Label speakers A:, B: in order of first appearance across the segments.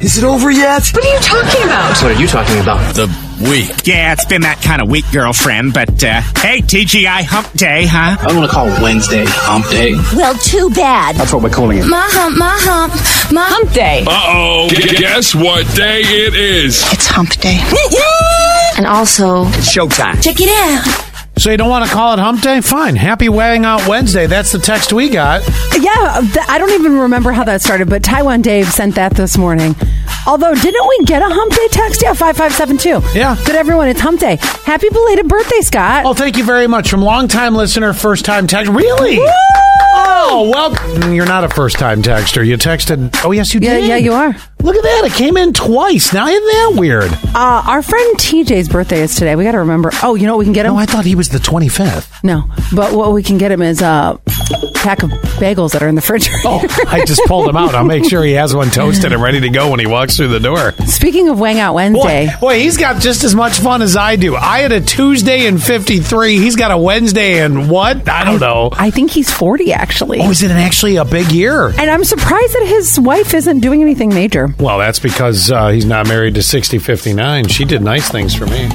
A: Is it over yet?
B: What are you talking about?
C: What are you talking about?
D: The week.
E: Yeah, it's been that kind of week, girlfriend, but uh, hey, TGI hump day, huh?
C: I want to call Wednesday hump day.
F: Well, too bad.
C: That's what we're calling it.
F: My hump, my hump, my hump day.
D: Uh oh. guess what day it is?
B: It's hump day.
F: and also,
E: It's showtime.
F: check it out.
G: So you don't want to call it hump day? Fine. Happy Weighing Out Wednesday. That's the text we got.
H: Yeah, th- I don't even remember how that started, but Taiwan Dave sent that this morning. Although, didn't we get a hump day text? Yeah, 5572.
G: Yeah. Oh.
H: Good, everyone. It's hump day. Happy belated birthday, Scott.
G: Well, thank you very much. From longtime listener, first time text. Really? Oh, well, you're not a first time texter. You texted. Oh, yes, you
H: Yeah,
G: did.
H: yeah, you are.
G: Look at that. It came in twice. Now, isn't that weird?
H: Uh, our friend TJ's birthday is today. We got to remember. Oh, you know what we can get him?
G: No, I thought he was the 25th.
H: No, but what we can get him is a pack of bagels that are in the fridge.
G: Oh, I just pulled him out. I'll make sure he has one toasted and ready to go when he walks through the door.
H: Speaking of Wang Out Wednesday,
G: Boy, boy, he's got just as much fun as I do. I had a Tuesday in 53. He's got a Wednesday in what? I don't know.
H: I think he's 40 actually.
G: Oh, is it an- actually a big year?
H: and I'm surprised that his wife isn't doing anything major.
G: Well, that's because uh, he's not married to 60 59. She did nice things for me.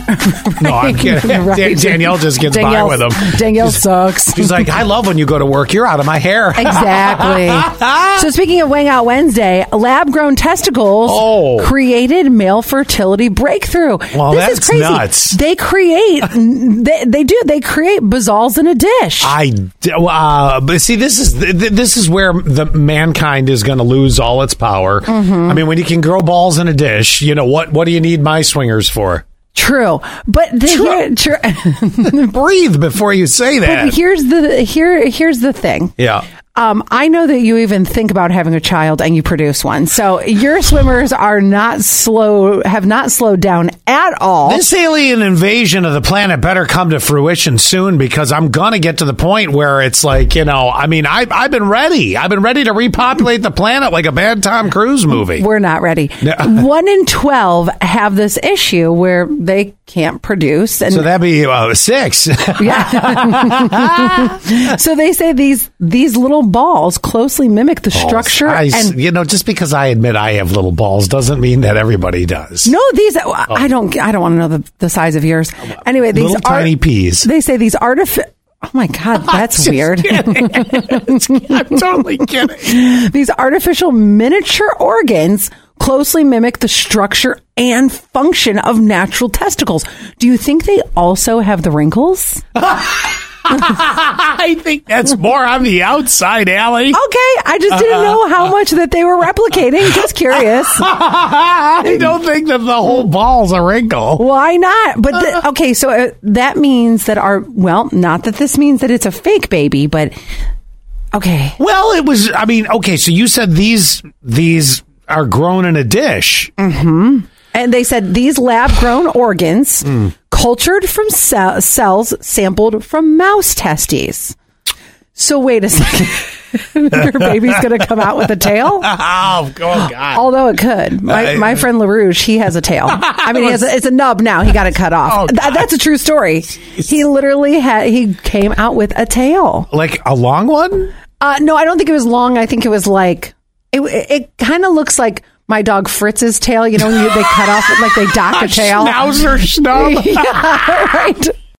G: No, Oh, I'm kidding.
H: Right.
G: Dan- Danielle just gets
H: Danielle-
G: by with him.
H: Danielle
G: She's-
H: sucks.
G: She's like, I love when you go to work. You're out of my hair.
H: Exactly. so speaking of Wang Out Wednesday, lab grown testicles
G: Oh.
H: created male fertility breakthrough.
G: Well,
H: this
G: that's
H: is crazy.
G: nuts.
H: They create they, they do they create bazols in a dish.
G: I d- uh, but see this is th- th- this is where the mankind is going to lose all its power.
H: Mm-hmm.
G: I mean, when you can grow balls in a dish, you know what? What do you need my swingers for?
H: True. But the,
G: True.
H: Here, true.
G: Breathe before you say that.
H: but here's the here here's the thing.
G: yeah.
H: Um, I know that you even think about having a child and you produce one. So your swimmers are not slow, have not slowed down at all.
G: This alien invasion of the planet better come to fruition soon because I'm gonna get to the point where it's like, you know, I mean, I I've been ready. I've been ready to repopulate the planet like a bad Tom Cruise movie.
H: We're not ready. One in 12 have this issue where they can't produce. And
G: so that'd be uh, six.
H: so they say these, these little balls closely mimic the structure.
G: I s-
H: and
G: you know, just because I admit I have little balls doesn't mean that everybody does.
H: no, these,
G: Oh.
H: I don't, I don't want to know the, the size of yours. Anyway, these
G: Little
H: are,
G: tiny peas.
H: They say these artificial, oh my God, that's
G: Just
H: weird.
G: kidding. I'm totally kidding.
H: These artificial miniature organs closely mimic the structure and function of natural testicles. Do you think they also have the wrinkles?
G: I think that's more on the outside, Allie.
H: Okay, I just didn't know how much that they were replicating. Just curious.
G: I don't think that the whole ball's a wrinkle.
H: Why not? But the, okay, so uh, that means that our well, not that this means that it's a fake baby, but okay.
G: Well, it was. I mean, okay. So you said these these are grown in a dish.
H: And they said these lab grown organs, cultured from cell- cells sampled from mouse testes. So, wait a second. Your baby's going to come out with a tail?
G: Oh, oh God!
H: Although it could. My,
G: I-
H: my friend LaRouche, he has a tail. I mean, he has a, it's a nub now. He got it cut off.
G: Oh,
H: Th-
G: God.
H: that's a true story. He literally had, he came out with a tail.
G: Like a long one?
H: Uh, no, I don't think it was long. I think it was like it. It kind of looks like my dog Fritz's tail. You know, when you, they cut off like they dock a tail.
G: Schnauzer schnub.
H: yeah, right.